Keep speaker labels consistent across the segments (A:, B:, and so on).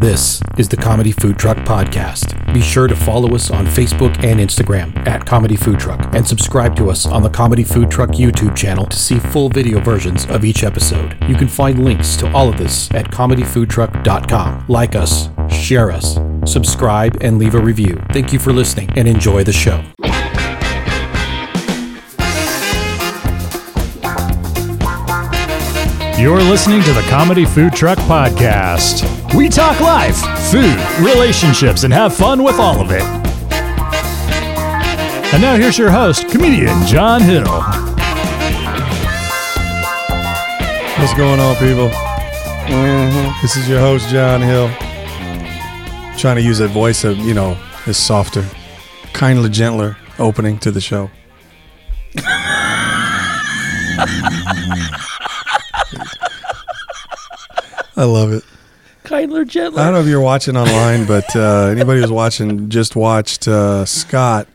A: This is the Comedy Food Truck Podcast. Be sure to follow us on Facebook and Instagram at Comedy Food Truck and subscribe to us on the Comedy Food Truck YouTube channel to see full video versions of each episode. You can find links to all of this at comedyfoodtruck.com. Like us, share us, subscribe, and leave a review. Thank you for listening and enjoy the show.
B: You're listening to the Comedy Food Truck Podcast. We talk life, food, relationships, and have fun with all of it. And now here's your host, comedian John Hill.
C: What's going on, people? This is your host, John Hill. Trying to use a voice of, you know, is softer, kindly gentler opening to the show. I love it.
D: Kindler
C: I
D: gentler.
C: don't know if you're watching online, but uh, anybody who's watching just watched uh, Scott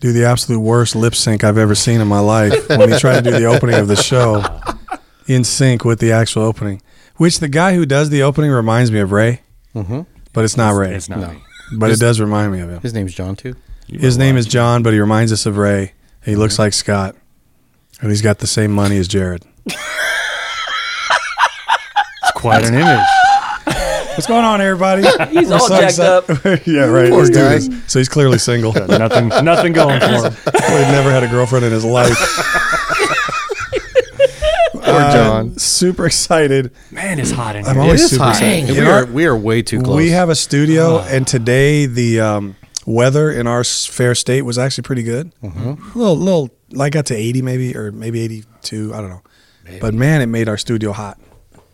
C: do the absolute worst lip sync I've ever seen in my life when he tried to do the opening of the show in sync with the actual opening. Which the guy who does the opening reminds me of Ray, but it's not Ray.
B: It's not me.
C: but it does remind me of him.
D: Mm-hmm. His name's John too.
C: His name is John, but he reminds us of Ray. He looks like Scott, and he's got the same money as Jared.
B: It's quite an image.
C: What's going on, everybody?
D: He's all jacked up.
C: yeah, right. Let's do this. So he's clearly single.
B: Nothing, nothing going for him.
C: Well, he'd never had a girlfriend in his life. Poor
E: Uh,
C: John. super excited.
B: Man, it's hot in
C: I'm
B: here.
C: always
D: is
C: super
D: hot.
C: excited.
D: Dang,
C: You
E: we
C: know
E: are
C: what?
E: we are way too close. Ah.
C: We have a studio, and today the um, weather in our s- fair state was actually pretty good.
E: Mm-hmm.
C: A little, little, like got to 80 maybe, or maybe 82. I don't know. But man, it made our studio hot.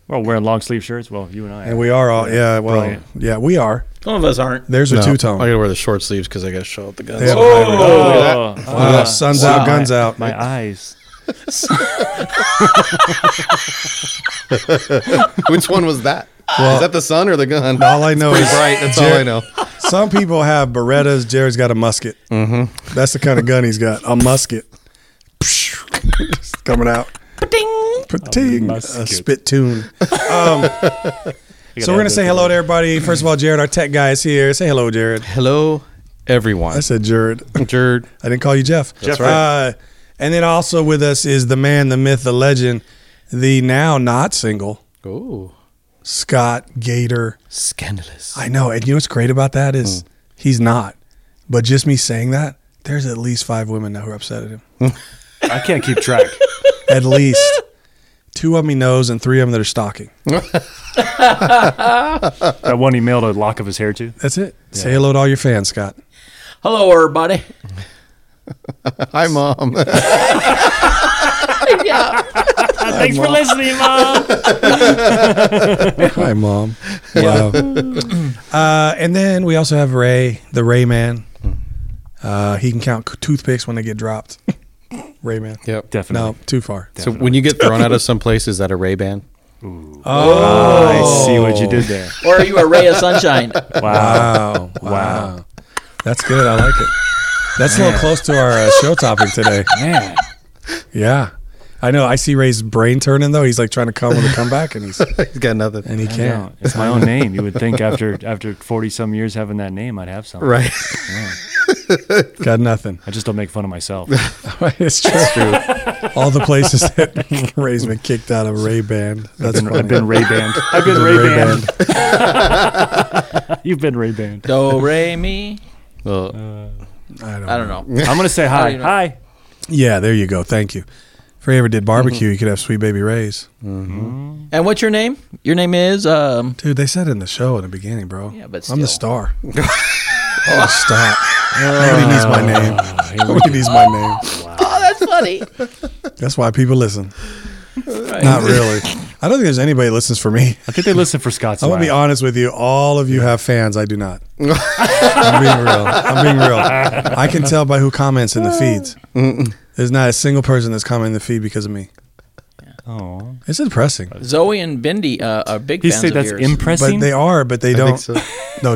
B: We're wearing long sleeve shirts. Well, you and I.
C: And we are all, yeah, well,
B: Brilliant.
C: yeah, we are.
D: Some of us aren't.
C: There's a
E: No,
C: two tone.
E: I gotta wear the short sleeves because I gotta show up the guns.
C: Yeah.
B: oh, uh,
C: sun's out, guns out.
B: My eyes.
E: Which one was that? Is that the sun or the gun?
C: all I know is
E: Right, that's all
C: Jared-
E: I know.
C: Some people have Berettas. Jared's got a musket. Mm-hmm. That's the kind of gun he's got. A musket. It's coming out. Ting. A
B: musket.
C: spit tune. Um,
B: You
C: So
B: gotta
C: we're going
B: have
C: to say
B: the-
C: hello to everybody. First of all, Jared, our tech guy, is here. Say hello, Jared.
E: Hello, everyone.
C: I said Jared.
E: Jared.
C: I didn't call you Jeff.
B: That's right.
C: Uh, and then also with us is the man, the myth, the legend, the now not single,
E: Ooh,
C: Scott Gator.
E: scandalous.
C: I know. And you know what's great about that is he's not. But just me saying that, there's at least five women now who are upset at him.
B: I can't keep track.
C: at least two of me knows and three of them that are stalking.
B: that one he mailed a lock of his hair to.
C: That's it. Say hello to all your fans, Scott.
D: Hello, everybody.
E: Hi, mom.
B: Uh, Thanks for listening, Mom.
C: Hi, mom. Wow. uh, and then we also have Ray, the Ray Man. Uh, he can count c- toothpicks when they get dropped. Ray Man.
E: yep.
B: Definitely.
C: No, too far.
E: So when you get thrown out of some place, is that a Ray Ban?
C: Oh,
B: I see what you did there.
D: Or are you a ray of sunshine?
B: Wow.
C: Wow.
B: Wow.
C: That's good. I like it. That's a little close to our uh, show topic today.
B: Man.
C: Yeah. I know. I see Ray's brain turning though. He's like trying to come with a comeback, and he's
E: He's got nothing.
C: and he
B: Yeah,
C: can't.
B: it's my own name. You would think after after forty some years having that name, I'd have something.
E: right.
C: Got nothing.
B: I just don't make fun of myself.
C: it's true. All the places that Ray's been kicked out of Ray Band. That's funny.
B: I've been Ray banned. I've been Ray banned. You've been Ray banned.
D: Do re mi.
E: Well,
C: I don't,
D: I don't know.
B: I'm gonna say hi.
D: even-
B: Hi.
C: Yeah, there you go. Thank you. If Ray ever did barbecue,
B: Mm-hmm.
C: you could have Sweet Baby Ray's.
D: And what's your name? Your name is um.
C: Dude, they said in the show in the beginning, bro.
D: Yeah, but
C: I'm the
D: still.
C: star. oh, stop.
B: Oh.
C: Nobody needs my name. Nobody needs my name.
D: Oh, that's funny.
C: That's why people listen. Not really. I don't think there's anybody that listens for me.
B: I think they listen for Scott's.
C: I'm gonna be
B: laugh.
C: honest with you. All of you have fans. I do not. I'm being real. I'm being real. I can tell by who comments in the feeds. There's not a single person that's commenting the feed because of me.
B: Aw.
C: It's depressing.
D: Zoe and Bindi uh, are big
B: He
D: fans
B: said
D: of
B: that's
D: yours.
B: impressing.
C: But they are, but they
E: think
C: don't.
E: so.
C: No,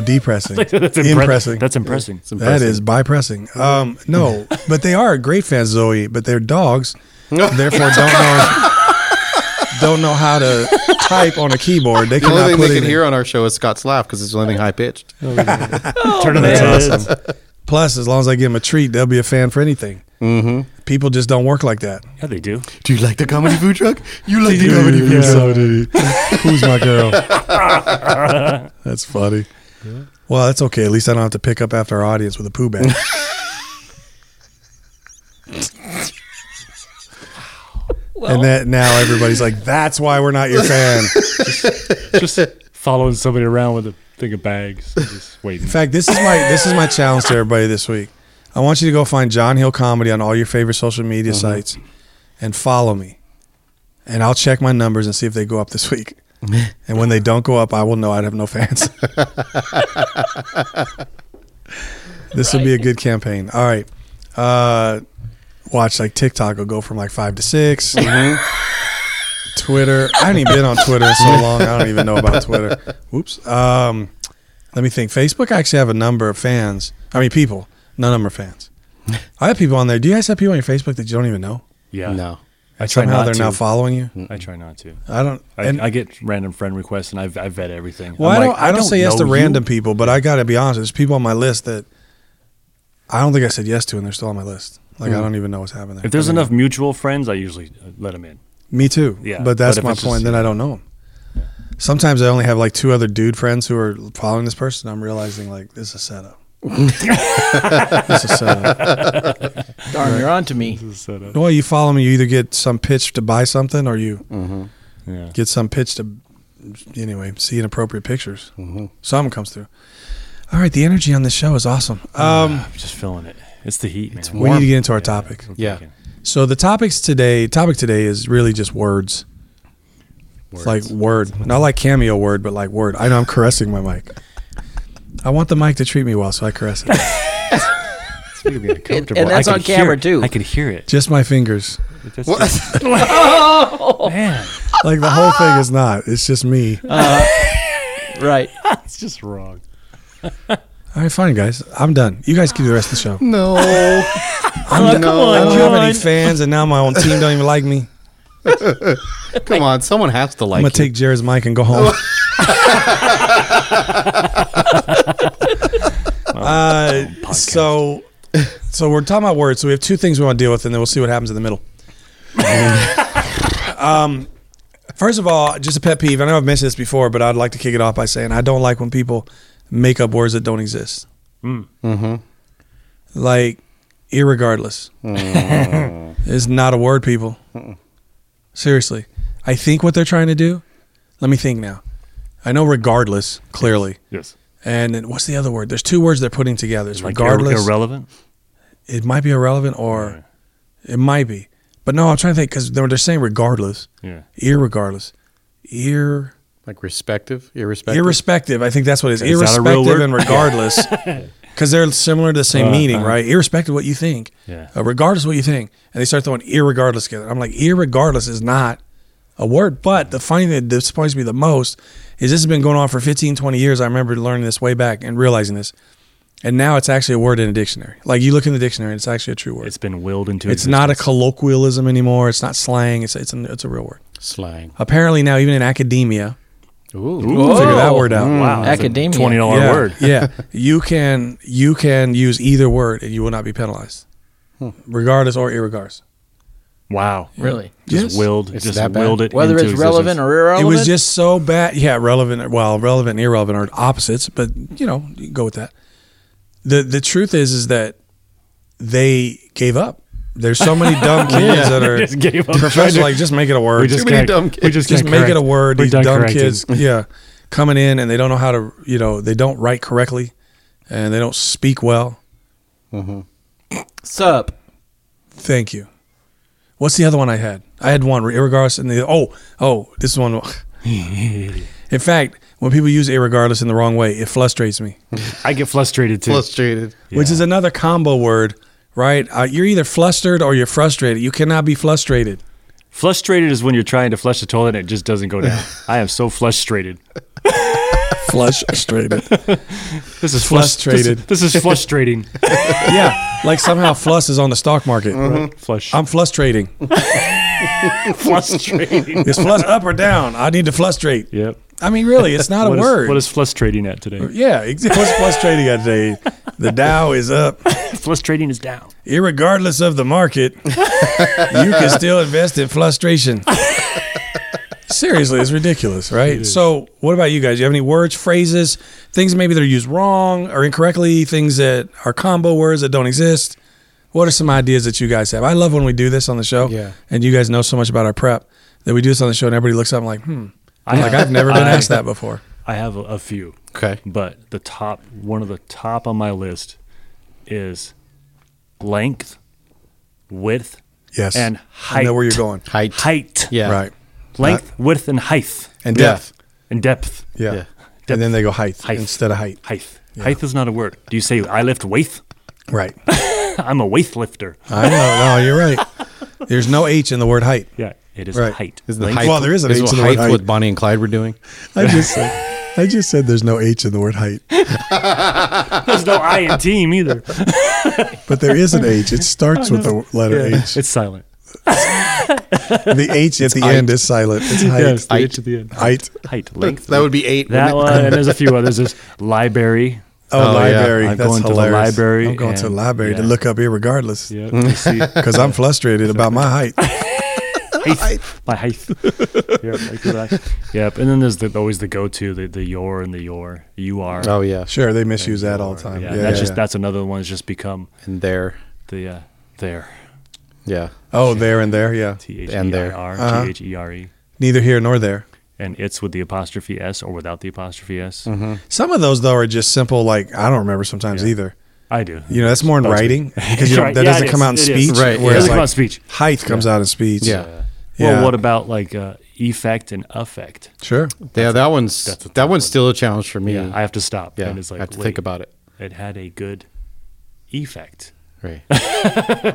C: depressing.
B: that's impre-
C: impressing.
B: That's impressing.
C: That is by pressing. Um, no, but they are great fans, Zoe. But they're dogs, therefore don't know don't know how to hype on a keyboard. They
E: The only
C: cannot
E: thing
C: put
E: they can
C: it in.
E: hear on our show is Scott's laugh because it's the only thing high pitched.
B: Turning the
C: That's
B: heads.
C: awesome. Plus, as long as I give them a treat, they'll be a fan for anything. Mm-hmm. People just don't work like that.
B: Yeah, they do.
E: Do you like the comedy food truck? You like
C: Yeah. Who's my girl? that's funny. Well, that's okay. At least I don't have to pick up after our audience with a poo bag. and that now everybody's like, "That's why we're not your fan."
F: just following somebody around with a thing of bags, and just waiting.
C: In fact, this is my this is my challenge to everybody this week. I want you to go find John Hill comedy on all your favorite social media sites and follow me. And I'll check my numbers and see if they go up this week. and when they don't go up, I will know I'd have no fans. this would be a good campaign. All right. Uh watch like TikTok will go from like five to 6 Twitter. I haven't even been on Twitter in so long. I don't even know about Twitter. Whoops. Um, let me think. Facebook, I actually have a number of fans. I mean, people. No number of fans. I have people on there. Do you guys have people on your Facebook that you don't even know?
F: Yeah,
E: No.
F: I try
C: Somehow
F: not
C: they're
F: to.
C: now following you.
F: I try not to.
C: I don't.
F: I,
C: and,
F: I get random friend requests, and I, I vet everything.
C: well,
F: I'm
C: I don't.
F: like,
C: I, don't say yes
F: know
C: to
F: you.
C: random people, but I got to be honest. There's people on my list that I don't think I said yes to, and they're still on my list. Like I don't even know what's happening there.
F: Hmm. If there's
C: I mean,
F: enough mutual friends, I usually uh, let them in.
C: me too.
F: Yeah,
C: but that's
F: but if
C: my
F: it's just-
C: point. Then I don't know them. Sometimes I only have like two other dude friends who are following this person. I'm realizing like this is a setup. this is a setup.
D: Darn, you're on to me.
F: This is set up.
C: Well, you follow me. You either get some pitch to buy something, or you
F: Yeah.
C: get some pitch to anyway see inappropriate pictures. Something comes through. All right, the energy on this show is awesome. Um,
F: I'm just feeling it. It's the heat, man. It's
C: we need to get into our topic.
E: Yeah.
C: So the topics today, topic today is really just words. It's like word, not like cameo word, but like word. I know I'm caressing my mic. I want the mic to treat me well, so I caress it.
D: And- and that's on camera, too.
F: I could hear it.
C: just my fingers.
F: That's
E: What?
F: just-
D: Oh.
F: man,
C: Like the whole thing is not. It's just me.
D: Right.
F: it's just wrong.
C: All right, fine, guys. I'm done. You guys can do the rest of the show.
E: No. Oh,
F: come
C: I
F: on,
C: don't have any
F: John.
C: fans, and now my own team don't even like me.
E: Come on. Someone has to
C: I'm
E: like
C: gonna take Jared's mic and go home. uh, so, so we're talking about words. So we have two things we want to deal with, and then we'll see what happens in the middle. um, first of all, just a pet peeve. I know I've mentioned this before, but I'd like to kick it off by saying I don't like when people make up words that don't exist. Mm. Mm-hmm. Like, irregardless. It's not a word, people. Seriously. I think what they're trying to do. Let me think now. I know regardless, clearly.
F: Yes.
C: And then what's the other word? There's two words they're putting together. It's
F: Like ir-
C: regardless.
F: irrelevant.
C: it might be irrelevant or it might be. But no, I'm trying to think because they're, they're saying regardless,
F: Yeah.
C: irregardless, ir
E: like respective, irrespective.
C: irrespective. I think that's what it is.
F: Is that a
C: irrespective
F: real word?
C: and regardless, because they're similar to the same
F: Uh,
C: meaning,
F: uh.
C: right? Irrespective of what you think,
F: Yeah.
C: uh, regardless of what you think, and they start throwing irregardless together. I'm like, irregardless is not a word. But the funny thing that disappoints me the most is this has been going on for 15, 20 years. I remember learning this way back and realizing this, and now it's actually a word in a dictionary. Like you look in the dictionary, and it's actually a true word. It's,
F: It's been willed into.
C: not a
F: existence.
C: colloquialism anymore. It's not slang. It's it's, an, it's a real word.
E: Slang.
C: Apparently now, even in academia,
E: Ooh.
F: Oh.
C: figure that
D: Whoa.
C: word out.
F: Wow. that's a
D: Mm. Academia.
F: Twenty dollar
C: yeah,
F: word.
C: yeah, you can you can use either word and you will not be penalized,
F: Hmm.
C: regardless or irregardless.
F: Wow.
D: Really.
F: Just
C: Yes.
F: willed.
E: It's
F: just
E: that bad.
F: willed it.
D: Whether
F: into
D: it's relevant
F: existence.
D: or irrelevant.
C: It was just so bad. Yeah, relevant. Well, relevant and irrelevant are opposites, but you know, you can go with that. the The truth is, is that they gave up. There's so many dumb kids that are
F: Just gave up.
C: professors. Like, just make it a word.
F: we just
E: many
F: can't-
E: dumb
F: We
E: kids.
F: just,
C: just
F: can't
C: make it
F: correct.
C: a word.
F: We're
C: These
F: done
C: dumb
F: correcting.
C: kids, yeah, coming in and they don't know how to, you know, they don't write correctly, and they don't speak well.
D: sup.
C: Thank you. What's the other one I had? I had one irregardless, and the oh oh this one. in fact, when people use irregardless in the wrong way, it frustrates me,
F: I get frustrated too.
E: Illustrated.
C: which is another combo word, right? Uh, you're either flustered or you're frustrated. You cannot be frustrated.
F: Frustrated is when you're trying to flush the toilet and it just doesn't go down. I am so frustrated.
C: Frustrated.
F: This is flus-
C: Frustrated.
F: This, is- this is frustrating. Mm-hmm.
C: yeah, like somehow fluss is on the stock market.
F: Flush.
C: I'm frustrating.
F: Frustrating.
C: Is flus up or down? I need to frustrate.
F: yep.
C: I mean, really, it's not a
F: What is-
C: word.
F: what is frustrating at today?
C: yeah, ex- what's frustrating at today? The Dow is up.
F: Frustrating is down.
C: Irregardless of the market, you can still invest in frustration. Seriously, it's ridiculous, right? So, what about you guys? You have any words, phrases, things maybe that are used wrong or incorrectly, things that are combo words that don't exist? What are some ideas that you guys have? I love when we do this on the show.
E: Yeah.
C: And you guys know so much about our prep that we do this on the show and everybody looks up and like, hmm.
F: I
C: Like, I've never been asked that before.
F: I have a, a few,
E: Okay.
F: but the top one of the top on my list is length, width,
C: Yes.
F: and height.
C: I know where you're going.
E: Height.
F: Height.
E: Yeah.
C: Right.
F: Length, width, and height.
C: And
E: Yeah.
C: depth.
F: And depth.
C: Yeah.
E: Yeah.
C: And then they go height,
F: Height.
C: instead of height.
F: Height. Height is not a word. Do you say I lift weight?
C: Right.
F: I'm a weight lifter.
C: I know. No, you're right. There's no H in the word height.
F: Yeah, it is
C: Right.
F: height.
E: Is the
F: Length-
E: height,
C: Well, there is an H
E: what
C: to the word
E: height,
C: height.
E: what Bonnie and Clyde were doing.
C: I just said, I just said there's no H in the word height,
F: There's no I in team either.
C: but there is an H. It starts with the letter H.
F: It's silent.
C: The H at the end is silent. It's height.
F: Yeah, it's the H at the end.
C: Height.
F: Height, length.
E: That would be eight.
F: That one, and there's a few others. There's library.
C: Oh,
E: Oh,
C: library.
F: yeah. I'm
C: That's
F: going to the
C: hilarious.
F: library
C: I'm going to the
F: and-
C: library to
F: yeah.
C: look up irregardless
F: Yeah, you see,
C: because I'm frustrated about my height.
F: height. My height. Yeah, like that. Yep. And then there's the, always the go-to, the, the your and the your. You are.
E: Oh yeah.
C: Sure, they misuse that all the time.
F: yeah,
C: Yeah,
F: that's
C: yeah,
F: just
C: yeah.
F: that's another one that's just become
E: And there.
F: the uh, there.
E: Yeah.
C: Oh, there and there. Yeah,
F: T H
E: And
F: E I
E: there.
F: R
C: Uh-huh.
F: T H E R E.
C: neither here nor there.
F: And it's with the apostrophe s or without the apostrophe s. I
C: Some of those though are just simple. Like I don't remember sometimes either.
F: do.
C: You know, that's more in writing because
F: Right,
C: that
F: yeah,
C: doesn't
F: it
C: come
F: is,
C: out
F: it
C: in
F: is.
C: speech.
E: Right,
C: Whereas
E: yeah.
F: Doesn't come
C: like
F: out in speech.
C: Height comes out in speech.
E: Yeah.
C: Yeah.
F: Well, what about like uh, effect and affect?
C: Sure.
E: Yeah. That one's
F: that's a
E: that
F: tough
E: one's
F: one.
E: still a challenge for me.
F: Yeah, I have to stop.
E: Yeah,
F: and it's like
E: I have to
F: wait,
E: think about it.
F: It had a good effect,
E: Right.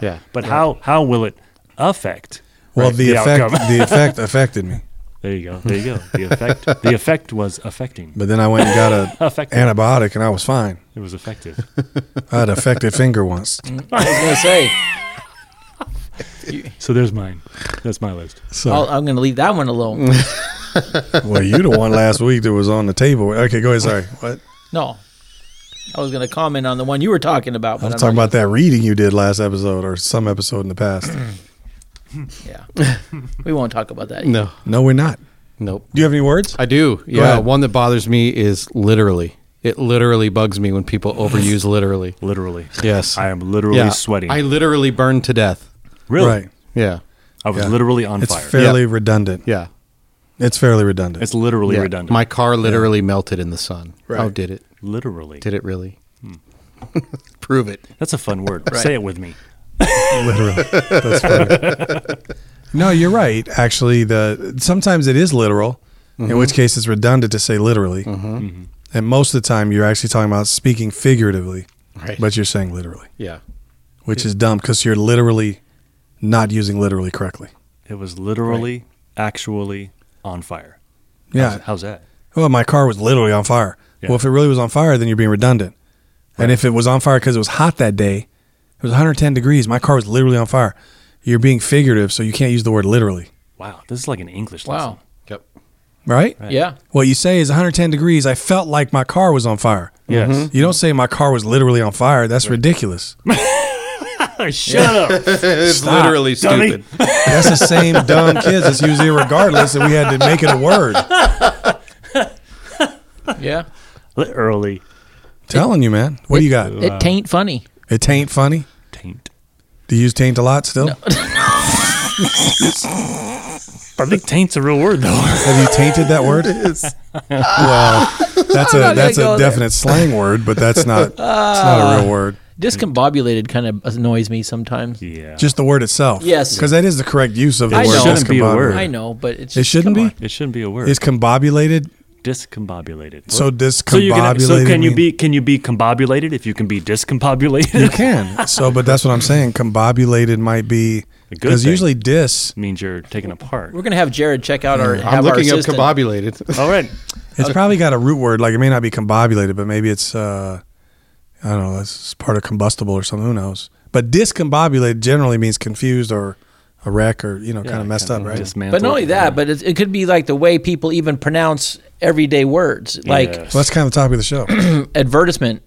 E: yeah.
F: but how how will it affect?
C: Well,
F: right,
C: the, effect
F: outcome?
C: the effect affected me,
F: there you go. There you go. The effect. the effect was affecting.
C: but then I went and got a
F: Affected.
C: antibiotic and I was fine.
F: It was effective.
C: I had an affected finger once.
D: I was gonna say
F: so there's mine. That's my list.
C: So
D: I'll, I'm gonna leave that one alone.
C: well, you the one last week that was on the table. Okay, go ahead. Sorry, what?
D: No, I was gonna comment on the one you were talking about. But
C: I'm
D: I'm,
C: talking
D: not
C: about that reading you did last episode or some episode in the past.
D: gonna- Yeah, we won't talk about that.
E: No.
C: No, we're not.
E: Nope.
C: Do you have any words?
E: I do. Yeah.
C: ahead.
E: One that bothers me is literally. It literally bugs me when people overuse literally.
F: Literally.
E: Yes.
F: I am literally
E: yeah.
F: sweating.
E: I literally burned to death.
F: really.
C: Right.
E: Yeah.
F: I was
C: Yeah.
F: literally on
C: It's
F: fire.
C: fairly redundant.
E: Yeah.
C: It's fairly redundant.
F: it's literally
E: yeah.
F: redundant.
E: My car literally melted in the sun.
C: Right.
E: Oh, did it?
F: literally.
E: Did it really?
F: Hmm.
E: Prove it.
F: That's a fun word. Say it with me.
C: literal. That's funny. No, you're right. Actually, the sometimes it is literal, in which case it's redundant to say literally, and most of the time you're actually talking about speaking figuratively,
E: Right.
C: but you're saying literally,
E: Yeah.
C: which is dumb because you're literally not using literally correctly.
F: It was literally, actually on fire.
C: Yeah.
F: How's that?
C: Well, my car was literally on fire.
F: Yeah.
C: Well, if it really was on fire, then you're being redundant. And if it was on fire because it was hot that day, it was 110 degrees. My car was literally on fire. You're being figurative, so you can't use the word literally,
F: Wow, this is like an English
D: Wow.
F: lesson.
E: Yep.
C: right?
D: Yeah.
C: What you say is 110 degrees. I felt like my car was on fire.
F: Yes.
E: Mm-hmm.
C: You don't say my car was literally on fire. That's ridiculous.
F: Shut up.
E: It's
C: Stop,
E: literally
F: dummy.
E: stupid.
C: That's the same dumb kids that's using it regardless, and we had to make it a word.
D: Yeah.
F: Early
C: Telling you, man. What do you got?
D: It tain't funny.
C: It taint funny.
F: taint.
C: Do you use taint a lot still?
F: I think taint's a real word though.
C: Have you tainted that word? It is. Well, that's a
D: not gonna
C: that's a
D: go there. Ah.
C: definite slang word, but that's not it's not a real word.
D: Discombobulated kind of annoys me sometimes.
F: yeah.
C: Just the word itself.
D: Yes.
C: Because that is the correct use of the
D: I
C: word.
D: know. Shouldn't
F: be a
C: discombobulated.
F: word.
D: I know, but it's
C: It
D: just,
C: shouldn't
D: come
C: be.
D: on.
F: it shouldn't be a word.
C: Is combobulated?
F: discombobulated.
C: So discombobulated.
F: So you can so can you
C: mean-
F: be can you be combobulated if you can be
C: You
F: discombobulated?
C: can. So, but that's what I'm saying. Combobulated might be
F: A good
C: because
F: thing.
C: usually dis.
F: means you're taken apart.
D: We're gonna have Jared check out our.
E: I'm
D: Have
E: looking
D: our
E: up
D: assistant.
E: combobulated.
F: All right.
C: It's probably got a root word. Like it may not be combobulated, but maybe it's uh, I don't know. It's part of combustible or something. Who knows? But discombobulated generally means confused or a wreck or you know kind of messed up,
F: kinda
C: right?
F: dismantled.
D: But not only that, but it, it could be like the way people even pronounce everyday words, like
F: Yes.
C: well, that's kind of the topic of the show.
D: advertisement.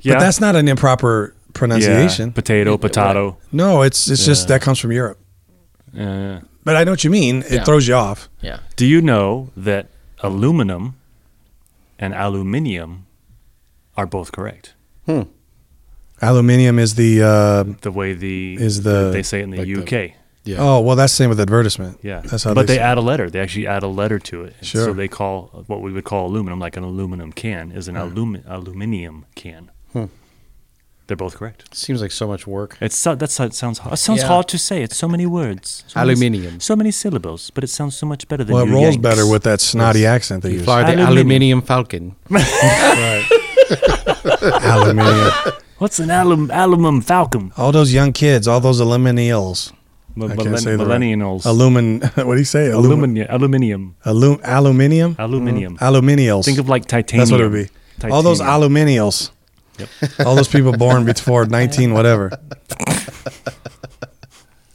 F: yeah.
C: But that's not an
F: yeah.
C: improper pronunciation.
F: potato, potato.
C: no, it's it's just that comes from Europe.
F: Yeah.
C: But I know what you mean. It
D: Yeah.
C: throws you off.
D: Yeah.
F: Do you know that aluminum and aluminium are both correct?
C: Aluminium is the uh,
F: The way the
C: Is the-
F: they say it in the
E: like the-
F: UK.
E: Yeah.
C: oh well, that's the same with advertisement.
F: yeah,
C: that's how.
F: But they,
C: they,
F: add a letter. They actually add a letter to it. And So
C: Sure.
F: they call what we would call aluminum, like an aluminum can, is
C: Hmm.
F: an alumi- aluminium can. They're both correct.
E: Seems like so much work.
F: It's so, that's how it sounds. Hard. It sounds
D: Yeah.
F: hard to say. It's so many words. So many-
E: Aluminium.
F: so many syllables, but it sounds so much better than.
C: well, it
F: you
C: rolls
F: Yanks.
C: better with that snotty accent they
E: You
C: use.
E: fly the
F: Aluminium.
E: aluminium falcon.
C: Aluminium.
F: What's an alum alumum falcon?
C: All those young kids, all those millennials,
F: M-
C: I can't
F: millen-
C: say the right-
F: millennials.
C: alumin. What do you say? Alumin.
F: Aluminium. Aluminium.
C: Alum. Aluminium.
F: Aluminium.
C: Aluminials.
F: Think of like titanium.
C: Hmm. that's what it would be. All those
F: Titanium.
C: aluminials. All those people born before 19 whatever.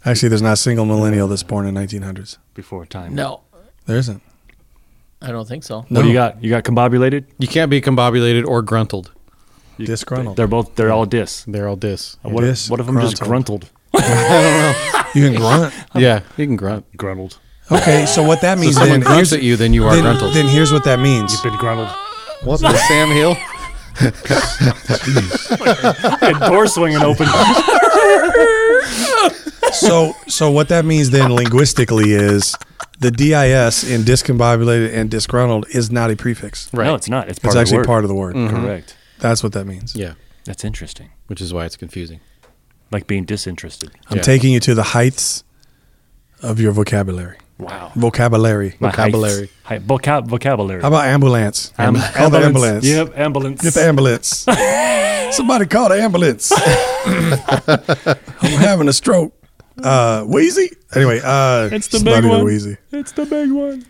C: Actually, there's not a single millennial that's born in 1900s.
F: before time.
D: No,
C: There isn't.
D: I don't think so.
F: What do you got? You got combobulated?
C: Oh.
E: You can't be combobulated or gruntled.
F: You-
C: Disgruntled.
F: They're both. They're all dis.
E: They're all dis.
F: What if, what if I'm just gruntled?
C: You can grunt.
E: Yeah, you can grunt.
F: Gruntled.
C: Okay, so what that
E: If
C: means then,
E: someone grunts
C: here's,
E: at you, then you are
C: then,
E: gruntled.
C: then here's what that means.
F: Been gruntled.
E: what the Sam Hill?
F: Get door swinging open.
C: So so what that means then linguistically is the DIS in discombobulated and disgruntled is not a prefix.
E: Right.
F: No, it's not. It's part
C: It's e-
F: of
C: actually
F: the word. Mm-hmm.
C: part of the Mm-hmm. word.
F: Correct.
C: That's what that means.
E: Yeah,
F: That's interesting.
E: which is why it's confusing.
F: Like being disinterested.
C: I'm
E: Yeah.
C: taking you to the heights of your vocabulary.
F: Wow.
C: Vocabulary.
F: My heights.
E: Vocabulary.
F: Hi- vocab- vocabulary.
C: How about ambulance?
F: Am-
C: Call the ambulance.
F: Yep, ambulance.
C: Get the ambulance. Somebody call the ambulance. I'm having a stroke. Uh, Wheezy. Anyway, uh,
F: It's the
C: somebody
F: big
C: to
F: one.
C: Wheezy.
F: It's the big one.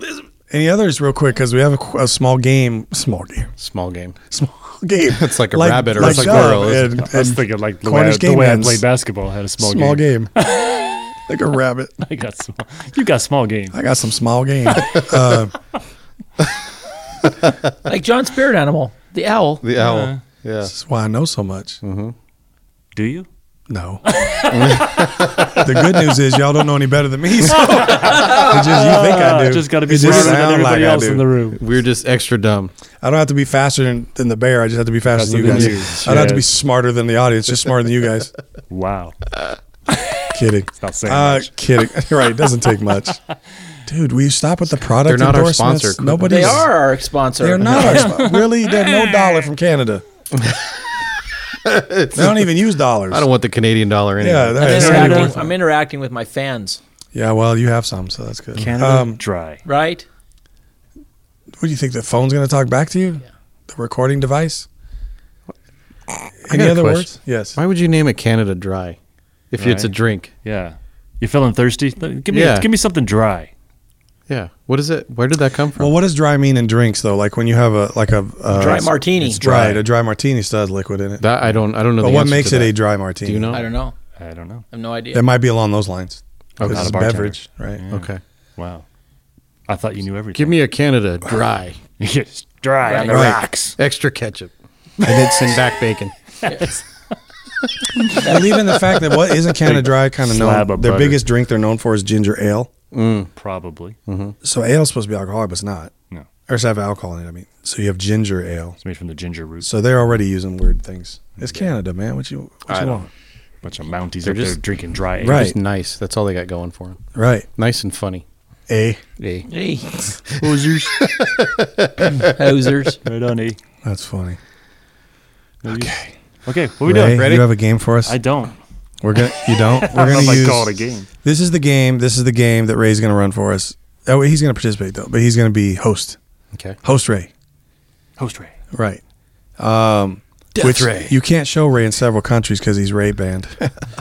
C: Any others, real quick, because we have a, qu- a small game. Small game.
E: Small game.
C: Small game.
E: It's like a rabbit or a
C: dove
E: squirrel, isn't
C: And,
F: I was
C: and
F: thinking like the way, I,
C: Cornish
F: the way I
C: game
F: played
C: hens.
F: basketball I had a small,
C: small
F: game.
C: game. like a rabbit.
F: I got small. You got small game.
C: I got some small game.
D: Like John's spirit animal, the owl.
G: The owl. yeah.
C: That's why I know so much.
E: Mm-hmm.
F: Do you?
C: No. the good news is y'all don't know any better than me. So it's just you think I do.
F: I just got to be
C: It just
F: smarter than
C: sound
F: everybody
C: like I
F: else
C: do.
F: in the room.
E: We're just extra dumb.
C: I don't have to be faster than, than the bear. I just have to be faster than you
F: than
C: guys.
F: you.
C: I don't have to be
F: Yes.
C: smarter than the audience. Just smarter than you guys.
F: Wow.
C: kidding.
F: Not saying
C: Uh,
F: much.
C: kidding. Right. It doesn't take much. Dude, will you stop with the product
E: They're not our
C: endorsements?
E: sponsor.
C: Nobody's.
D: They are our sponsor.
C: They're not our sponsor. Really? They're no dollar from Canada. they don't even use dollars.
E: I don't want the Canadian dollar anyway.
C: Yeah,
D: I'm
C: that's
D: interacting, I'm interacting with my fans,
C: yeah. Well, you have some, so that's good.
F: Canada
C: Um,
F: dry.
D: right?
C: what do you think? The phone's going to talk back to you? The recording device? Any
E: got a
C: other
E: question.
C: words? Yes.
E: Why would you name it Canada Dry if it's a
F: Right.
E: drink?
F: Yeah. You feeling thirsty? Th- Give me
E: Yeah.
F: give me something dry.
E: Yeah. What is it? Where did that come from?
C: Well, what does dry mean in drinks though? Like when you have a like a uh,
D: Dry martini.
C: Right, a dry martini still has liquid in it.
E: that I don't. I don't know.
C: but
E: the
C: what
E: answer
C: makes
E: to
C: it
E: that.
C: a dry martini?
E: Do you know?
D: I don't know.
F: I don't know.
D: I have no idea.
C: It might be along those lines.
E: Okay.
C: 'Cause
E: Oh, Not a
C: it's
F: bartender.
C: beverage, right?
E: Okay.
F: Wow. I thought you knew everything.
E: Give me a Canada Dry,
F: Yes, dry on the
C: Right.
F: rocks.
E: extra ketchup, and it's in back bacon.
C: and even the fact that what isn't Canada Dry kind of known?
F: slab of
C: their
F: butter.
C: biggest drink they're known for is ginger ale.
F: Probably.
C: So ale's supposed to be alcoholic, but it's not.
F: No.
C: Or it's have alcohol in it. I mean, so you have ginger ale.
F: It's made from the ginger root.
C: So they're already using weird things. It's Canada, man. What you what you want?
F: bunch of Mounties
E: They're
F: up there
E: just-
F: drinking dry ale.
C: Right.
E: Just nice. That's all they got going for them.
C: Right.
E: Nice and funny.
C: A.
E: Hey.
D: Hey.
C: Oh,
D: Hosers.
F: Right on, E.
C: That's funny.
F: Okay. Okay, what we doing?
C: Ray, You have a game for us?
F: I don't.
C: We're gonna. You don't. We're
F: I
C: gonna
F: don't know if I
C: use.
F: call it a game.
C: This is the game. This is the game that Ray's gonna run for us. Oh, he's gonna participate though, but he's gonna be host.
E: Okay.
C: Host Ray.
F: Host Ray.
C: Right. Um, which you can't show Ray in several countries because he's Ray banned.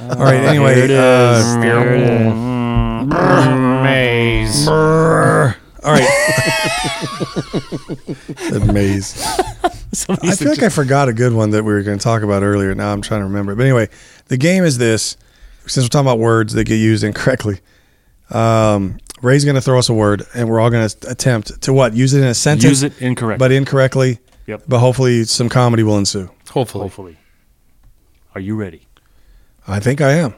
C: All right. Anyway,
F: Oh, Here it is.
C: uh,
F: Here it is.
E: Maze.
C: brrr. all right. the maze. I feel like I forgot a good one that we were going to talk about earlier. Now I'm trying to remember. it. But anyway, the game is this: since we're talking about words that get used incorrectly, um, Ray's going to throw us a word, and we're all going to attempt to what use it in a sentence,
F: Use it incorrectly.
C: but incorrectly.
F: Yep.
C: But hopefully, some comedy will ensue.
E: Hopefully.
F: Hopefully. Are you ready?
C: I think I am.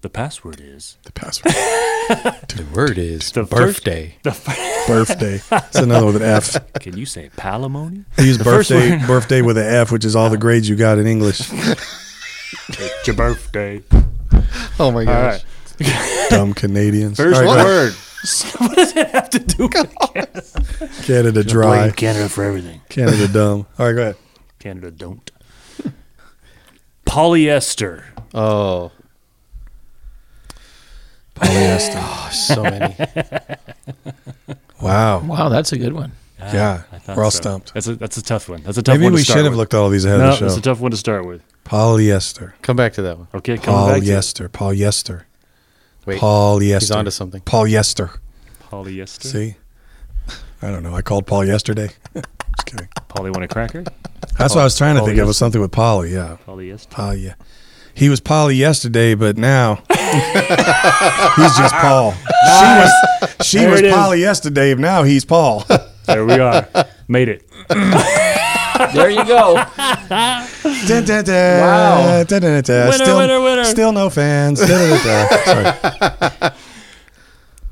F: The password is
C: The password.
E: The word is
F: The first-
E: birthday.
F: the.
C: birthday. It's another with an F.
F: Can you say palimony?
C: They use birthday birthday with an F, which is all the grades you got in English.
F: It's your birthday.
E: oh my
F: All
E: gosh.
F: right.
C: Dumb Canadians.
E: First
C: All right, go
E: word.
C: ahead. Canada dry.
F: Canada for everything.
C: Canada dumb. All right, go ahead.
F: Canada don't. Polyester.
E: Oh.
C: Polyester.
E: oh, so many.
C: Wow.
D: Wow, that's a good one.
C: Yeah.
F: I thought
C: We're all
F: so.
C: stumped.
F: That's a that's a tough one. That's a tough
C: Maybe
F: one.
C: we
F: to start
C: should have
F: with.
C: looked all these ahead
F: No,
C: of the
F: that's
C: show.
F: a tough one to start with.
C: Polyester.
E: Come back to that one.
F: Okay, coming back to
C: Polyester. Polyester.
E: Wait.
C: Polyester.
E: He's onto something.
C: Polyester.
F: polyester.
C: See? I don't know. I called Paul yesterday. Just kidding.
F: Poly want a cracker?
C: That's what I was trying to think of was something with poly. Yeah.
F: Polyester.
C: Paul, yeah. He was Polly yesterday, but now he's just Paul. She
F: There
C: was
F: it is.
C: Polly yesterday, but now he's Paul.
F: There we are. Made it.
D: There you go.
C: Dun, dun, dun. Dun, dun, dun, dun.
F: Winner,
C: still,
F: winner, winner.
C: Still no fans. Dun, dun, dun, dun. Sorry.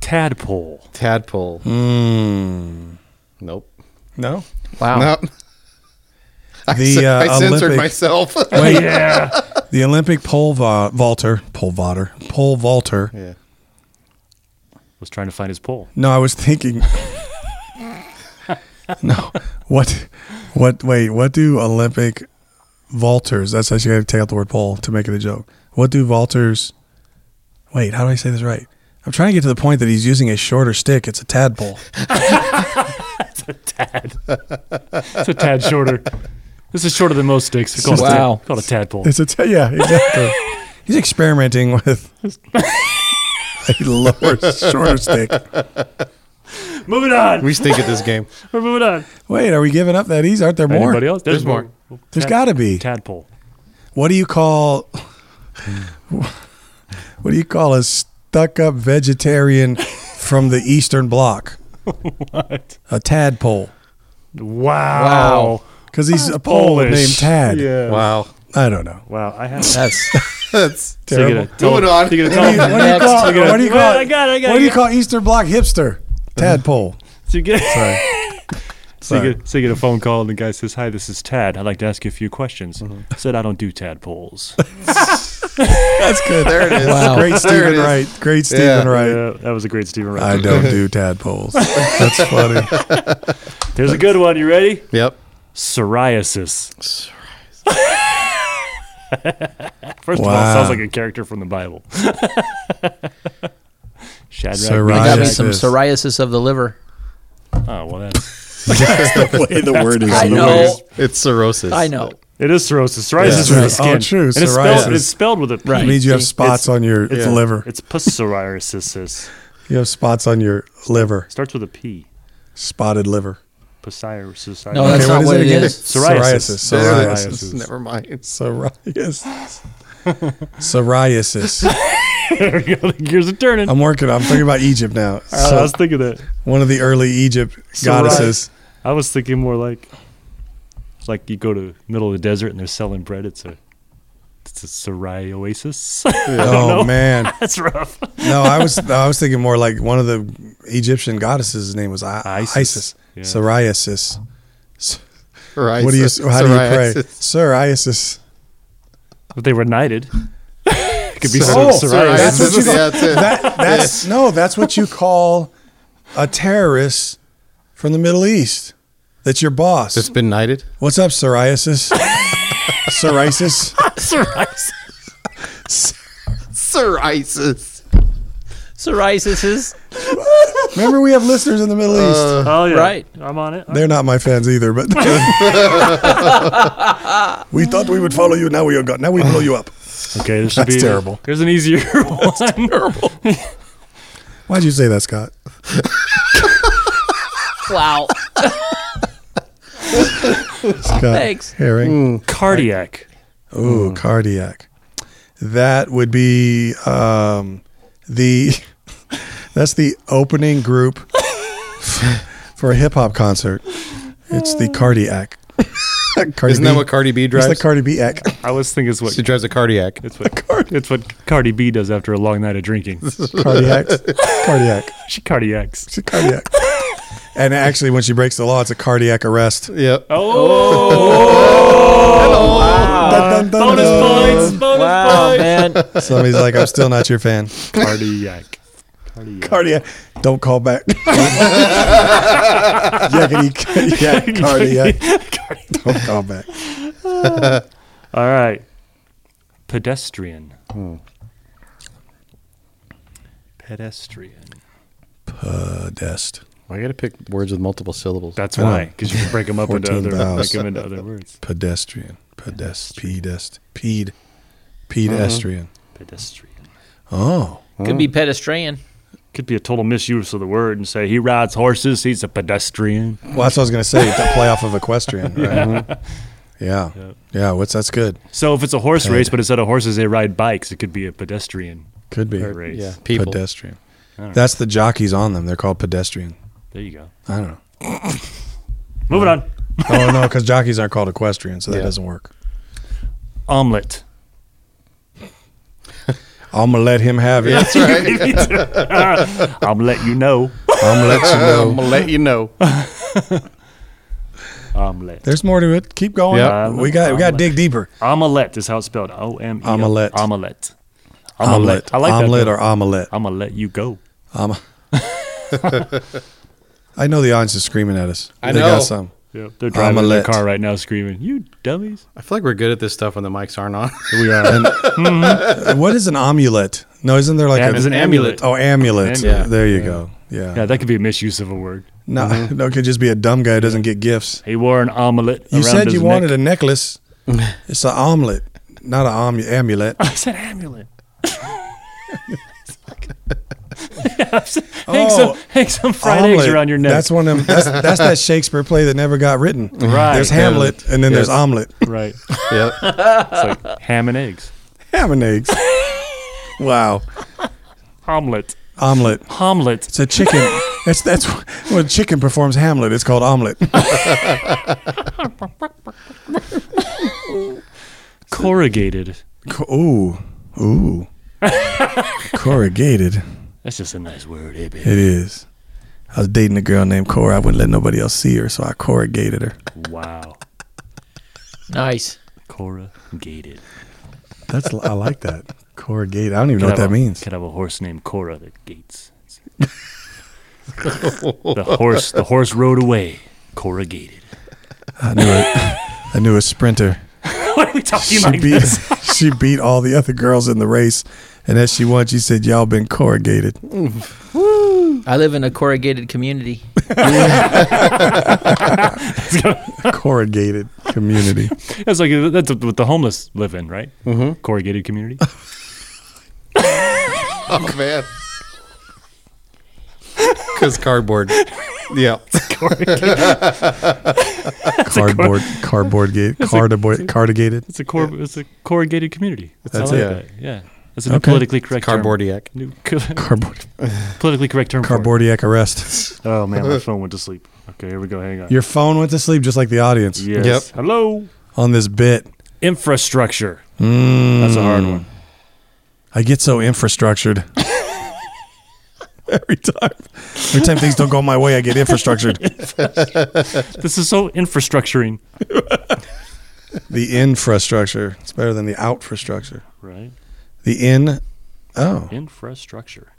F: Tadpole.
E: Tadpole. Nope.
C: No.
D: Wow.
E: No.
C: The uh,
E: I censored
C: Olympic,
E: myself.
F: Yeah.
C: the Olympic pole va- vaulter, pole vaulter, pole vaulter.
E: yeah.
F: Was trying to find his pole.
C: No, I was thinking. no, what, what? Wait, what do Olympic vaulters? That's actually I have to take out the word pole to make it a joke. What do vaulters? Wait, how do I say this right? I'm trying to get to the point that he's using a shorter stick. It's a tadpole.
F: Tad. It's a tad shorter. This is shorter than most sticks. It's called,
D: Wow.
F: a, tad, called a tadpole.
C: It's a ta- yeah, exactly. he's experimenting with a lower, shorter stick.
F: Moving on.
E: We stink at this game.
F: We're moving on.
C: Wait, are we giving up that easy? Aren't there more?
F: Anybody else?
E: There's more.
C: There's
F: Tad-
C: got to be.
F: Tadpole.
C: What do you call? What do you call a stuck-up vegetarian from the Eastern Bloc?
F: What?
C: A tadpole,
F: Wow.
C: because he's a pole
F: Polish.
C: named Tad.
E: Wow.
C: I don't know.
F: Wow. I have.
D: That's
E: That's
F: So you're
C: Terrible.
F: gonna
E: Moving
F: tell-
E: on.
F: You're gonna
C: What do you-
F: tell
C: what do you
D: Next.
C: call? What do you
F: Well,
C: call?
F: I got it, I got it,
C: what do you
F: I
C: call Eastern Bloc hipster? Tadpole.
F: So you get,
C: Sorry.
F: so you
C: Sorry.
F: get, so you get a phone call, and the guy says, "Hi, this is Tad. I'd like to ask you a few questions." Said, "I don't do tadpoles."
C: That's good.
E: There it is.
D: Wow.
C: Great
E: There it
C: Stephen
E: is.
C: Wright. Great Stephen
E: Yeah.
C: Wright.
F: Yeah, that was a great Stephen
C: I
F: Wright.
C: don't do tadpoles. That's funny.
F: There's a good one. You ready?
E: Yep.
F: Psoriasis. First of all,
C: Wow.
F: sounds like a character from the Bible.
C: Psoriasis.
F: Shadrach.
D: got me
C: Yes.
D: some psoriasis of the liver.
F: Oh well, that's
C: That's the way the word is.
D: I
C: used.
E: Oh.
D: know.
E: It's cirrhosis.
D: I know.
F: it is psoriasis. Psoriasis is
C: Yeah.
F: the skin.
C: Oh, true,
F: And it's spelled,
C: psoriasis.
F: it's spelled with a
C: It
D: Right.
C: means you have
D: See,
C: spots
F: it's-
C: on your
F: it's-
C: liver.
F: It's psoriasis.
C: You have spots on your liver.
F: Starts with a P.
C: Spotted liver.
F: Psoriasis.
D: No, that's
C: Okay,
D: not
C: what is
D: what
C: it
D: it
C: again?
D: is.
F: Psoriasis.
E: There it
C: Psoriasis.
E: is. Never mind.
C: Psoriasis. Psoriasis.
F: There you go. The gears are turning.
C: I'm working. I'm thinking about Egypt now.
F: Uh, I
C: So
F: was thinking that.
C: one of the early Egypt
F: Psori-
C: goddesses.
F: I was thinking more like, like you go to middle of the desert and they're selling bread. It's a, it's a Sarai oasis.
C: Oh man.
F: That's rough.
C: No, I was I was thinking more like one of the Egyptian goddesses' name was I-
F: Isis.
C: Isis.
F: Yeah.
C: Psoriasis.
E: Psoriasis.
C: What do you how do you pray?
E: Psoriasis.
C: Psoriasis.
F: But they were knighted. It could be
E: Psor-
F: so,
C: Oh,
F: Sarai.
C: That's what you-
E: Yeah, that's it.
C: That that's no, that's what you call a terrorist from the Middle East. That's your boss.
E: It's been knighted.
C: What's up, psoriasis? psoriasis?
E: Psoriasis.
D: Psoriasis is
C: Remember, we have listeners in the Middle East.
F: Oh yeah,
D: Right.
F: I'm on it.
C: They're not my fans either, but we thought we would follow you. Now we are gone. Now we blow you up.
F: Okay, this should
C: That's
F: be
C: terrible.
F: There's an easier one. Terrible.
C: Why'd you say that, Scott?
D: wow.
C: Scott
D: Thanks.
C: Herring.
F: Cardiac.
E: Mm-hmm.
C: Ooh, cardiac. that would be um, the that's the opening group for a hip hop concert. It's the cardiac. Cardi
E: Isn't
C: B.
E: that what Cardi B drives?
C: It's the Cardi B act.
F: I always think it's what
E: she drives a cardiac.
F: it's what it's what Cardi B does after a long night of drinking.
C: cardiac, cardiac,
F: she cardiacs.
C: It's a cardiac. And actually, when she breaks the law, it's a cardiac arrest.
E: Yep.
C: Dun, dun, dun, dun.
F: bonus
D: Oh. Wow, man.
C: Somebody's like, "I'm still not your fan."
F: Cardiac. Cardiac.
C: Cardiac, don't call back. Yakety, yak, cardiac, don't call back.
F: All right. Pedestrian. Pedestrian.
C: Dest.
E: Why you gotta pick words with multiple syllables?
F: That's why, because Oh, you can break them up into
C: 14
F: other, break
C: vowels.
F: 'em into other words.
C: pedestrian, pedest, pedest, ped, pedestrian.
F: Pedestrian.
C: Oh,
D: Could be pedestrian.
F: Could be a total misuse of the word and say he rides horses. He's a pedestrian.
C: well, that's what I was gonna say. To play off of equestrian, right? yeah. Yeah. what's that's good.
F: So if it's a horse race, but instead of horses they ride bikes, it could be a pedestrian
C: Could be
F: race.
E: Yeah. People.
C: pedestrian.
F: right.
C: That's the jockeys on them. They're called pedestrian.
F: There you go.
C: I don't know.
F: Moving on.
C: Oh no, because jockeys aren't called equestrian, so that
E: Yeah.
C: doesn't work.
F: Omelet.
C: I'm gonna let him have it.
E: That's right.
F: I'm let you know.
C: I'm gonna let you
E: I'm
C: know.
E: gonna let you know.
F: Omelet.
C: There's more to it. Keep going.
E: Uh,
F: Yeah.
C: We got we got to dig deeper.
F: Omelette is how it's spelled. O M E. L-
C: Omelette.
F: Omelette. Omelette. I like
C: omelet
F: that.
C: or omelet.
F: I'm gonna let you go.
C: Um, I know the audience is screaming at us.
E: I
C: they
E: know.
C: got some.
F: They're driving
C: Omelette.
F: their car right now, screaming, "You dummies!"
E: I feel like we're good at this stuff when the mics aren't on.
F: We are.
C: Uh, What is an amulet? No, isn't there like
F: Am-
C: a,
F: is an amulet.
C: Oh, amulet.
F: Amulet.
C: There you go. Yeah.
F: yeah, Mm-hmm. that could be a misuse of a word.
C: No, no, it could just be a dumb guy who doesn't get gifts.
F: He wore an omelet.
C: You
F: around
C: said
F: his
C: you
F: neck.
C: wanted a necklace. it's an omelet, not an om- amulet.
F: I said amulet. hang,
C: Oh,
F: some, hang some fried eggs
C: Omelet.
F: around your neck.
C: That's one of them. That's, that's that Shakespeare play that never got written.
F: Right.
C: There's Hamlet, and then there's
E: Yes.
C: omelet.
F: right.
E: yep.
F: It's like ham and eggs.
C: Ham and eggs. wow.
F: Omelet.
C: Omelet.
F: Omelet.
C: It's a chicken. that's that's when a chicken performs Hamlet. It's called omelet.
F: Corrugated.
C: Co- Ooh, ooh. Corrugated.
F: That's just a nice word, eh, babe?
C: It is. I was dating a girl named Cora. I wouldn't let nobody else see her, so I corrugated her.
F: Wow.
D: Nice.
F: Corrugated.
C: That's I like that. Corrugated. I don't even know
F: Could
C: what
F: have
C: that
F: a-
C: means.
F: Could have a horse named Cora that gates. the horse, the horse rode away. Corrugated.
C: I knew it. I knew a sprinter.
F: What are we talking
C: She
F: like
C: beat
F: this?
C: she beat all the other girls in the race, and as she won, she said, "Y'all been corrugated."
D: I live in a corrugated community.
C: Corrugated community.
F: That's like that's what the homeless live in, right? Mm-hmm. Corrugated community.
E: Oh man. Because cardboard. Yeah.
C: Cardboard. Cardboard gate. Cardboard. Cardigated.
F: It's a cor- it's a corrugated community. It's
E: That's
F: I like
E: it.
F: that. Yeah, that's a new
C: Okay.
F: politically correct term.
E: Cardboardiac.
F: New co-
C: Cardboard.
F: politically correct term. for it.
C: Cardboardiac arrest.
F: Oh man, my phone went to sleep. Okay, here we go. Hang on.
C: Your phone went to sleep just like the audience
F: yes.
E: Yep.
F: Hello.
C: on this bit.
F: Infrastructure.
C: Mm.
F: That's a hard one.
C: I get so infrastructured. every time. Every time things don't go my way, I get infrastructured.
F: This is so infrastructuring.
C: the infrastructure. It's better than the outfrastructure.
F: Right.
C: The in. Oh,
F: Infrastructure.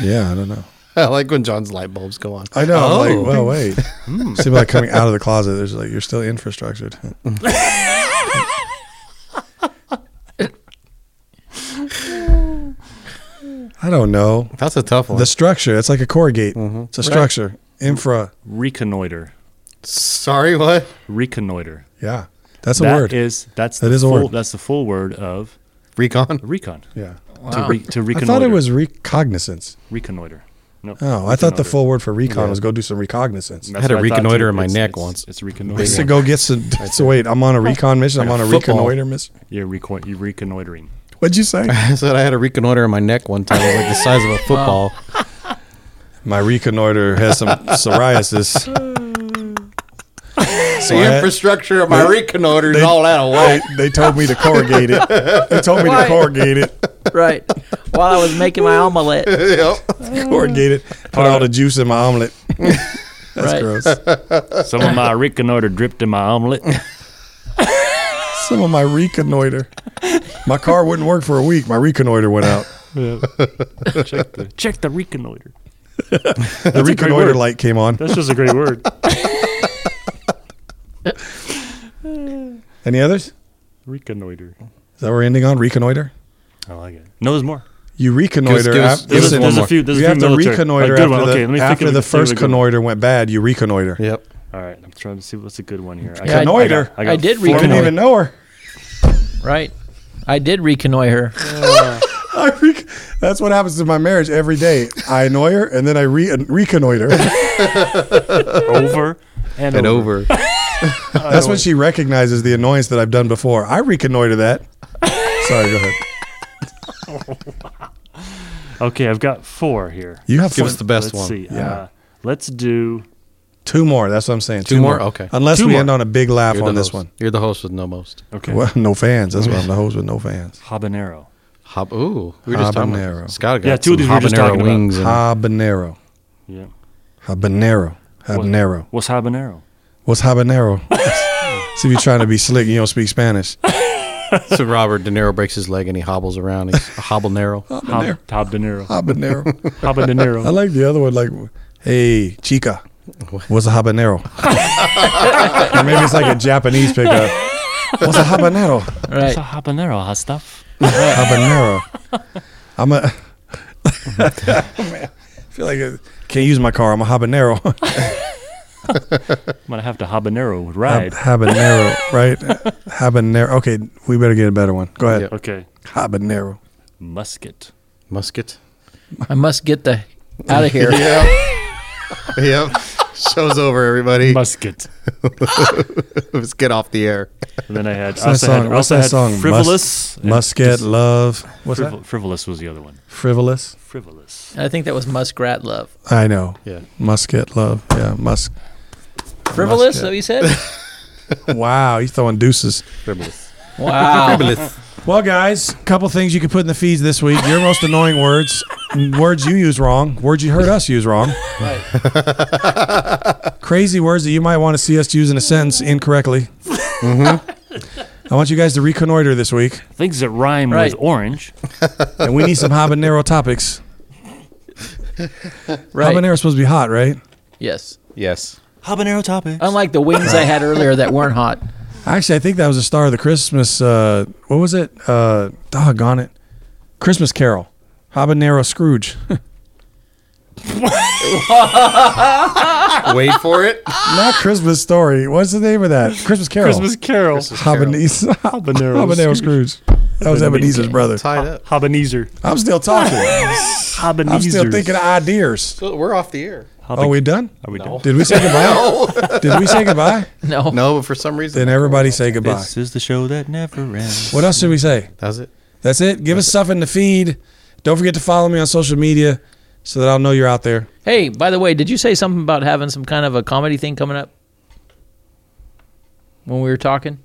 C: yeah, I don't know.
E: I like when John's light bulbs go on.
C: I know. I'm like, well, wait. Seems like coming out of the closet. There's like, you're still infrastructured. I don't know.
E: That's a tough one.
C: The structure. It's like a corrugate. It's a structure. Infra.
F: Reconnoiter.
E: Sorry, what?
F: Reconnoiter.
C: Yeah, that's a
F: That
C: word.
F: is- that's
C: That
F: the
C: is a
F: full,
C: word.
F: That's the full word of
E: Recon?
F: recon.
C: yeah.
F: To, re, to
C: I
F: reconnoiter.
C: thought it was recognizance.
F: reconnoiter. No.
C: Oh, I thought the
F: reconnoiter.
C: full word for recon was go do some recognizance.
F: That's
E: had a
F: what I thought,
E: reconnoiter
F: too.
E: in my
F: It's-
E: neck
F: it's-
E: once.
F: It's
C: I used to
F: reconnoitering.
C: go get some. So wait, I'm on a recon mission. I'm on a
E: football.
C: reconnoiter mission.
F: You're, reco- you're reconnoitering.
C: What'd you say?
E: I said I had a reconnoiter in my neck one time, it was like the size of a football.
C: My reconnoiter has some psoriasis. So I
E: the
C: had-
E: infrastructure of my reconnoiter is
C: they-
E: all out of
C: they,
E: whack.
C: they told me to corrugate it. They told me to
D: Why?
C: corrugate it.
D: right. While I was making my omelet,
E: Yep.
C: Corrugate it. Put all the juice in my omelet. That's
D: Right.
C: gross.
F: Some of my reconnoiter dripped in my omelet.
C: Some of my reconnoiter. My car wouldn't work for a week. My reconnoiter went out.
F: Check the check the reconnoiter.
C: The
F: a great
C: reconnoiter
F: word.
C: light came on.
F: That's just a great word.
C: Any others? Is
F: Reconnoiter.
C: that what we're ending on? Reconnoiter?
F: I like it. No, there's more.
C: You reconnoiter.
E: Give us-
C: af-
E: give us-
F: There's, a,
E: Listen,
F: there's
E: one
F: a
E: more.
F: few. There's
C: you
F: a few
C: have to
F: military.
C: reconnoiter
F: a good
C: after,
F: one.
C: the,
F: okay, let me think
C: after
F: of,
C: the
F: think of a
C: first
F: good one.
C: connoiter went bad. You reconnoiter.
E: Yep.
F: All right, I'm trying to see what's a good one here. I
D: Yeah, I-
C: Reconnoiter.
D: I did
F: four more.
C: I didn't even know her.
D: right? I did reconnoiter.
C: I re- that's what happens to my marriage every day. I annoy her and then I re- reconnoiter.
F: over and,
E: And
F: over.
E: over.
C: That's when she recognizes the annoyance that I've done before. I reconnoiter that. Sorry, go ahead.
F: Okay, I've got four here.
C: You have
E: Give
C: fun.
E: us the best
F: let's
E: one.
F: see.
C: Yeah.
F: Uh, let's do.
C: two more. That's what I'm saying.
E: Two more? Okay.
C: Unless
F: Two
C: we
F: more.
C: end on a big laugh
E: You're the
C: on this
E: host.
C: one.
E: You're the host with no most.
F: Okay.
C: Well, no fans. That's why I'm the host with no fans.
F: Habanero.
E: Hab- Ooh, we were just talking about
C: Habanero.
E: Scott got
F: Yeah, two of these
E: some
F: we were just
E: habanero
F: talking about.
E: wings and
C: Habanero.
F: Yeah.
C: Habanero.
F: What-
C: Habanero.
F: What's habanero?
C: What's habanero? See if you're trying to be slick and you don't speak Spanish.
E: so Robert De Niro breaks his leg and he hobbles around. He's a habanero.
F: Hab, habanero.
C: Habanero. I
F: Habanero.
C: like the other one. Like, hey, chica, what's a habanero? or maybe it's like a Japanese pickup. What's a habanero?
D: Right.
F: It's a habanero, huh, stuff?
C: habanero. I'm a. Man, I feel like I can't use my car. I'm a habanero.
F: I'm going to have to habanero
C: Hab-
F: ride.
C: habanero, right? Habanero. Okay, we better get a better one. Go ahead.
E: Yep.
F: Okay.
C: Habanero.
F: Musket.
E: Musket.
D: I must get the out of here.
E: Yep. yep. Show's over, everybody.
F: Musket.
E: Let's get off the air.
F: And then I had. I
C: What's
F: also
C: that song?
F: had, I
C: What's
F: also
C: that
F: had
C: song? Mus-
F: Frivolous. and
C: Musket
F: just-
C: love. What's
F: frivol-
C: that?
F: Frivolous was the other one.
C: Frivolous.
F: Frivolous.
D: I think that was muskrat love.
C: I know.
E: Yeah.
C: Musket love. Yeah. Musk.
D: Frivolous,
C: Muskrat.
D: so you said?
C: wow, he's throwing deuces.
E: Frivolous.
D: Wow.
C: Well, guys, couple things you can put in the feeds this week. Your most annoying words, words you use wrong, words you heard us use wrong,
D: Right.
C: crazy words that you might want to see us use in a sentence incorrectly. Mm-hmm. I want you guys to reconnoiter this week,
F: Things that rhyme
D: Right.
F: with orange.
C: and we need some habanero topics.
D: Right.
C: Habanero's supposed to be hot, right?
D: Yes.
E: Yes.
F: Habanero topic.
D: Unlike the wings I had earlier that weren't hot.
C: Actually, I think that was the star of the Christmas. Uh, what was it? Uh, doggone it, Christmas Carol, Habanero Scrooge.
E: Wait for it.
C: Not Christmas Story. What's the name of that? Christmas Carol.
F: Christmas Carol.
C: Habanese,
F: Habanero
C: habanero, habanero Scrooge. That was Ebenezer's brother.
E: Tied up.
F: Habaneser.
C: I'm still talking.
F: Habaneser.
C: I'm still thinking of ideas.
E: So we're off the air.
C: Are we done?
F: Are we
E: No.
F: done?
C: Did we say goodbye? Did we say goodbye?
D: No.
E: No, but for some reason.
C: Then everybody say goodbye.
F: This is the show that never ends.
C: What else should we say?
E: That's it.
C: That's it. Give us stuff in the feed. Don't forget to follow me on social media so that I'll know you're out there.
D: Hey, by the way, did you say something about having some kind of a comedy thing coming up? When we were talking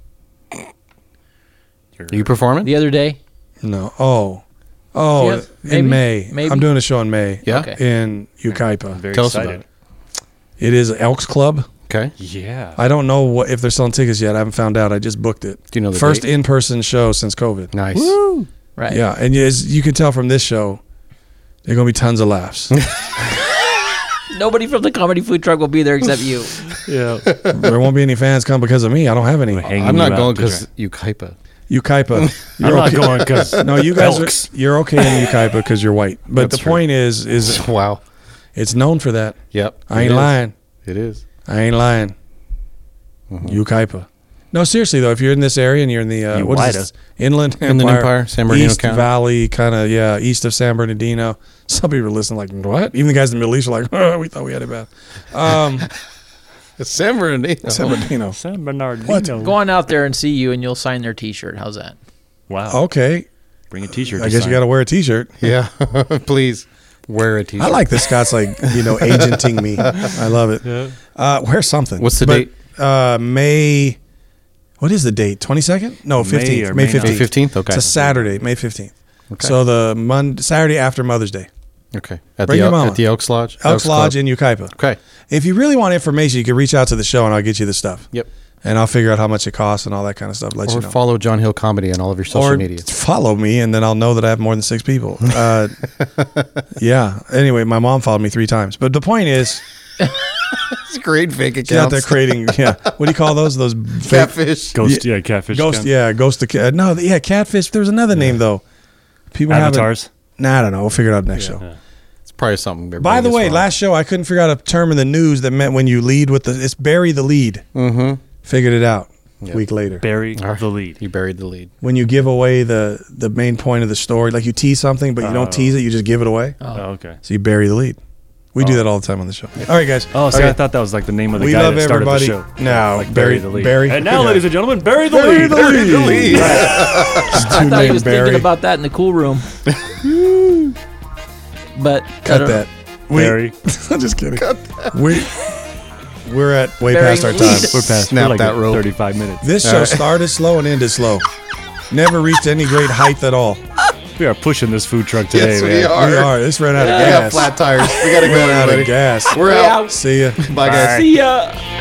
E: Are you performing?
D: the other day?
C: No. Oh. Oh,
D: Yeah, maybe.
C: in May.
D: Maybe.
C: I'm doing a show in May
E: Yeah.
D: Okay.
C: in Ukaipa.
F: Very
E: Tell us
F: excited.
E: about it.
C: It is Elks Club.
E: Okay.
F: Yeah.
C: I don't know what, if they're selling tickets yet. I haven't found out. I just booked it.
E: Do you know the
C: First
E: date?
C: in person show since COVID.
E: Nice.
D: Right.
C: Yeah, and as you can tell from this show, there are gonna be tons of laughs.
D: Nobody from the comedy food truck will be there except you.
F: Yeah.
C: there won't be any fans come because of me. I don't have any.
F: Hanging
E: I'm
F: you
E: not
F: out
E: going
F: to
E: because
F: dry.
E: Ukaipa.
C: Ukaipa.
F: I'm not going because
C: No, you guys
F: Elks.
C: are you're okay in Ukaipa because you're white. But
E: That's
C: the
E: true.
C: point is, is
E: Wow.
C: it's known for that.
E: Yep.
C: I
E: It
C: ain't
E: is.
C: lying.
E: It is.
C: I ain't lying. Ukaipa. Mm-hmm. No, seriously though, if you're in this area and you're in the uh,
F: You
C: what is
F: white
C: this? Inland Empire,
E: Inland Empire, San Bernardino
C: East
E: County.
C: Valley, kind of yeah, east of San Bernardino. Some people are listening like what? Even the guys in the Middle East are like, "Oh, we thought we had it bad. Um,
E: It's San Bernardino.
C: San Bernardino.
F: San Bernardino.
C: What?
F: Oh.
D: Go on out there and see you, and you'll sign their T-shirt. How's that?
F: Wow.
C: Okay.
F: Bring a T-shirt.
C: I guess you got to wear a T-shirt.
E: Yeah, please wear a t-shirt.
C: I like that Scott's like you know agenting me. I love it. Uh, wear something.
E: What's the date?
C: Uh, May. What is the date? Twenty second? No,
F: May
C: fifteenth.
F: or
C: May
F: May not.
C: fifteenth.
E: 15th? Okay.
C: It's a Saturday, May fifteenth.
E: Okay.
C: So the Monday, Saturday after Mother's Day,
E: Okay.
C: Bring
E: At the
C: your
E: Elk-
C: mama.
E: at the Elks Lodge.
C: Elks Lodge
E: Club.
C: in Ukaipa.
E: Okay.
C: If you really want information, you can reach out to the show and I'll get you the stuff.
E: Yep.
C: And I'll figure out how much it costs and all that kind of stuff. Let
E: Or
C: you know.
E: follow John Hill Comedy on all of your social
C: or
E: media.
C: follow me, and then I'll know that I have more than six people. Uh, yeah. Anyway, my mom followed me three times, but the point is,
E: It's great fake
C: she's out there creating. Yeah. What do you call those? Those fake
E: Catfish.
F: ghost. Yeah, catfish.
C: ghost.
F: account.
C: Yeah, ghost. The cat. No, yeah, catfish. There's another name though. People haven't-
F: avatars.
C: Nah, I don't know. We'll figure it out next show.
E: It's probably something. everybody
C: By the
E: gets
C: way,
E: wrong.
C: last show I couldn't figure out a term in the news that meant when you lead with the it's bury the lead. Mm-hmm. Figured it out a week later.
F: Bury the lead.
E: you buried the lead.
C: When you give away the the main point of the story, like you tease something, but you don't tease it, you just give it away.
F: Oh, okay.
C: So you bury the lead. We do that all the time on the show. All right, guys.
F: Oh, so
C: Okay.
F: I thought that was like the name of the
C: we
F: guy
C: love
F: that started
C: everybody.
F: the show.
C: Now,
F: Like
C: bury,
F: bury the lead.
C: Bury,
F: And now, ladies and gentlemen, bury the lead.
C: Bury the lead.
D: I thought he was
C: Barry.
D: thinking about that in the cool room. but I
C: Cut
D: don't-
C: that. We,
F: Bury.
C: I'm just kidding. We, we're at way
D: Burying
C: past our
D: the
C: time.
D: lead.
F: We're past.
E: Snap
F: we're like
E: that
F: at
E: rope.
F: 35 minutes.
C: This show started slow and ended slow. Never reached any great height at all.
F: We are pushing this food truck today, man.
C: We are. This ran out of
E: We got
C: gas.
E: flat tires. We got to go,
C: Ran out
E: everybody.
C: of gas.
E: We're out.
C: See ya.
E: Bye, guys.
D: See ya.